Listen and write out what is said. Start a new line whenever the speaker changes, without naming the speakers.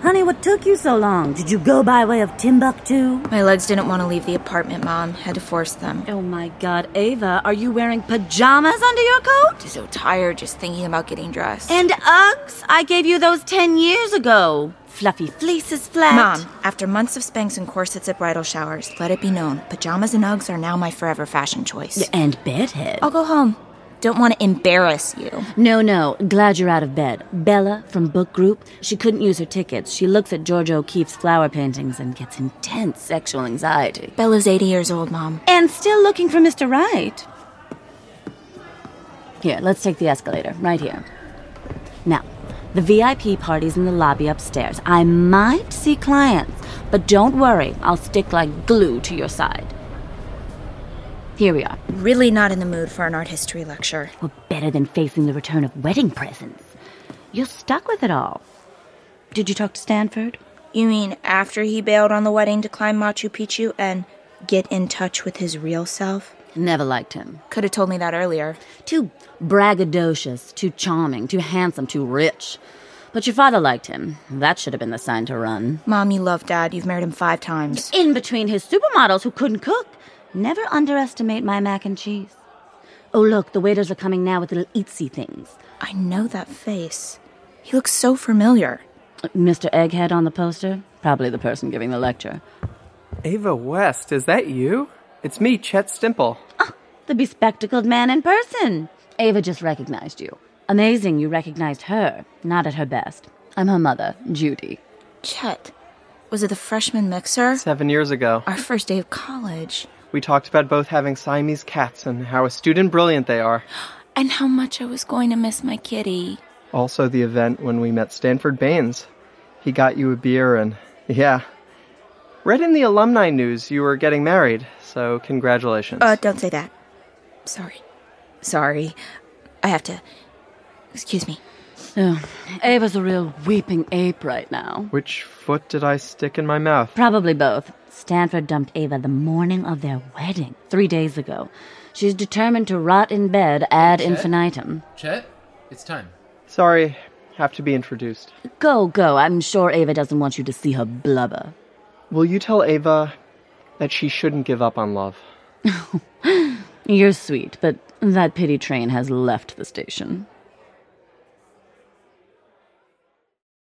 Honey, what took you so long? Did you go by way of Timbuktu?
My legs didn't want to leave the apartment, Mom. Had to force them.
Oh my god, Ava, are you wearing pajamas under your coat?
So tired just thinking about getting dressed.
And Uggs? I gave you those 10 years ago. Fluffy fleece is flat.
Mom, after months of spanks and corsets at bridal showers, let it be known, pajamas and Uggs are now my forever fashion choice.
And bedhead.
I'll go home. Don't want to embarrass you.
No, no. Glad you're out of bed. Bella from book group, she couldn't use her tickets. She looks at George O'Keefe's flower paintings and gets intense sexual anxiety.
Bella's 80 years old, Mom.
And still looking for Mr. Wright. Here, let's take the escalator, right here. Now, the VIP party's in the lobby upstairs. I might see clients, but don't worry, I'll stick like glue to your side. Here we are.
Really not in the mood for an art history lecture.
Well, better than facing the return of wedding presents. You're stuck with it all. Did you talk to Stanford?
You mean after he bailed on the wedding to climb Machu Picchu and get in touch with his real self?
Never liked him.
Could have told me that earlier.
Too braggadocious, too charming, too handsome, too rich. But your father liked him. That should have been the sign to run.
Mom, you love Dad. You've married him five times.
In between his supermodels who couldn't cook. Never underestimate my mac and cheese. Oh, look, the waiters are coming now with little eatsy things.
I know that face. He looks so familiar.
Mr. Egghead on the poster? Probably the person giving the lecture.
Ava West, is that you? It's me, Chet Stimple.
The bespectacled man in person. Ava just recognized you. Amazing you recognized her. Not at her best. I'm her mother, Judy.
Chet. Was it the freshman mixer?
Seven years ago,
Our first day of college.
we talked about both having Siamese cats and how a student brilliant they are.
And how much I was going to miss my kitty.
Also, the event when we met Stanford Baines. He got you a beer and, yeah. Read in the alumni news you were getting married, so congratulations.
Uh, don't say that. Sorry. Sorry. I have to. Excuse me.
Oh, Ava's a real weeping ape right now.
Which foot did I stick in my mouth?
Probably both. Stanford dumped Ava the morning of their wedding, three days ago. She's determined to rot in bed ad infinitum.
Chet, it's time.
Sorry, have to be introduced.
Go, go. I'm sure Ava doesn't want you to see her blubber.
Will you tell Ava that she shouldn't give up on love?
You're sweet, but that pity train has left the station.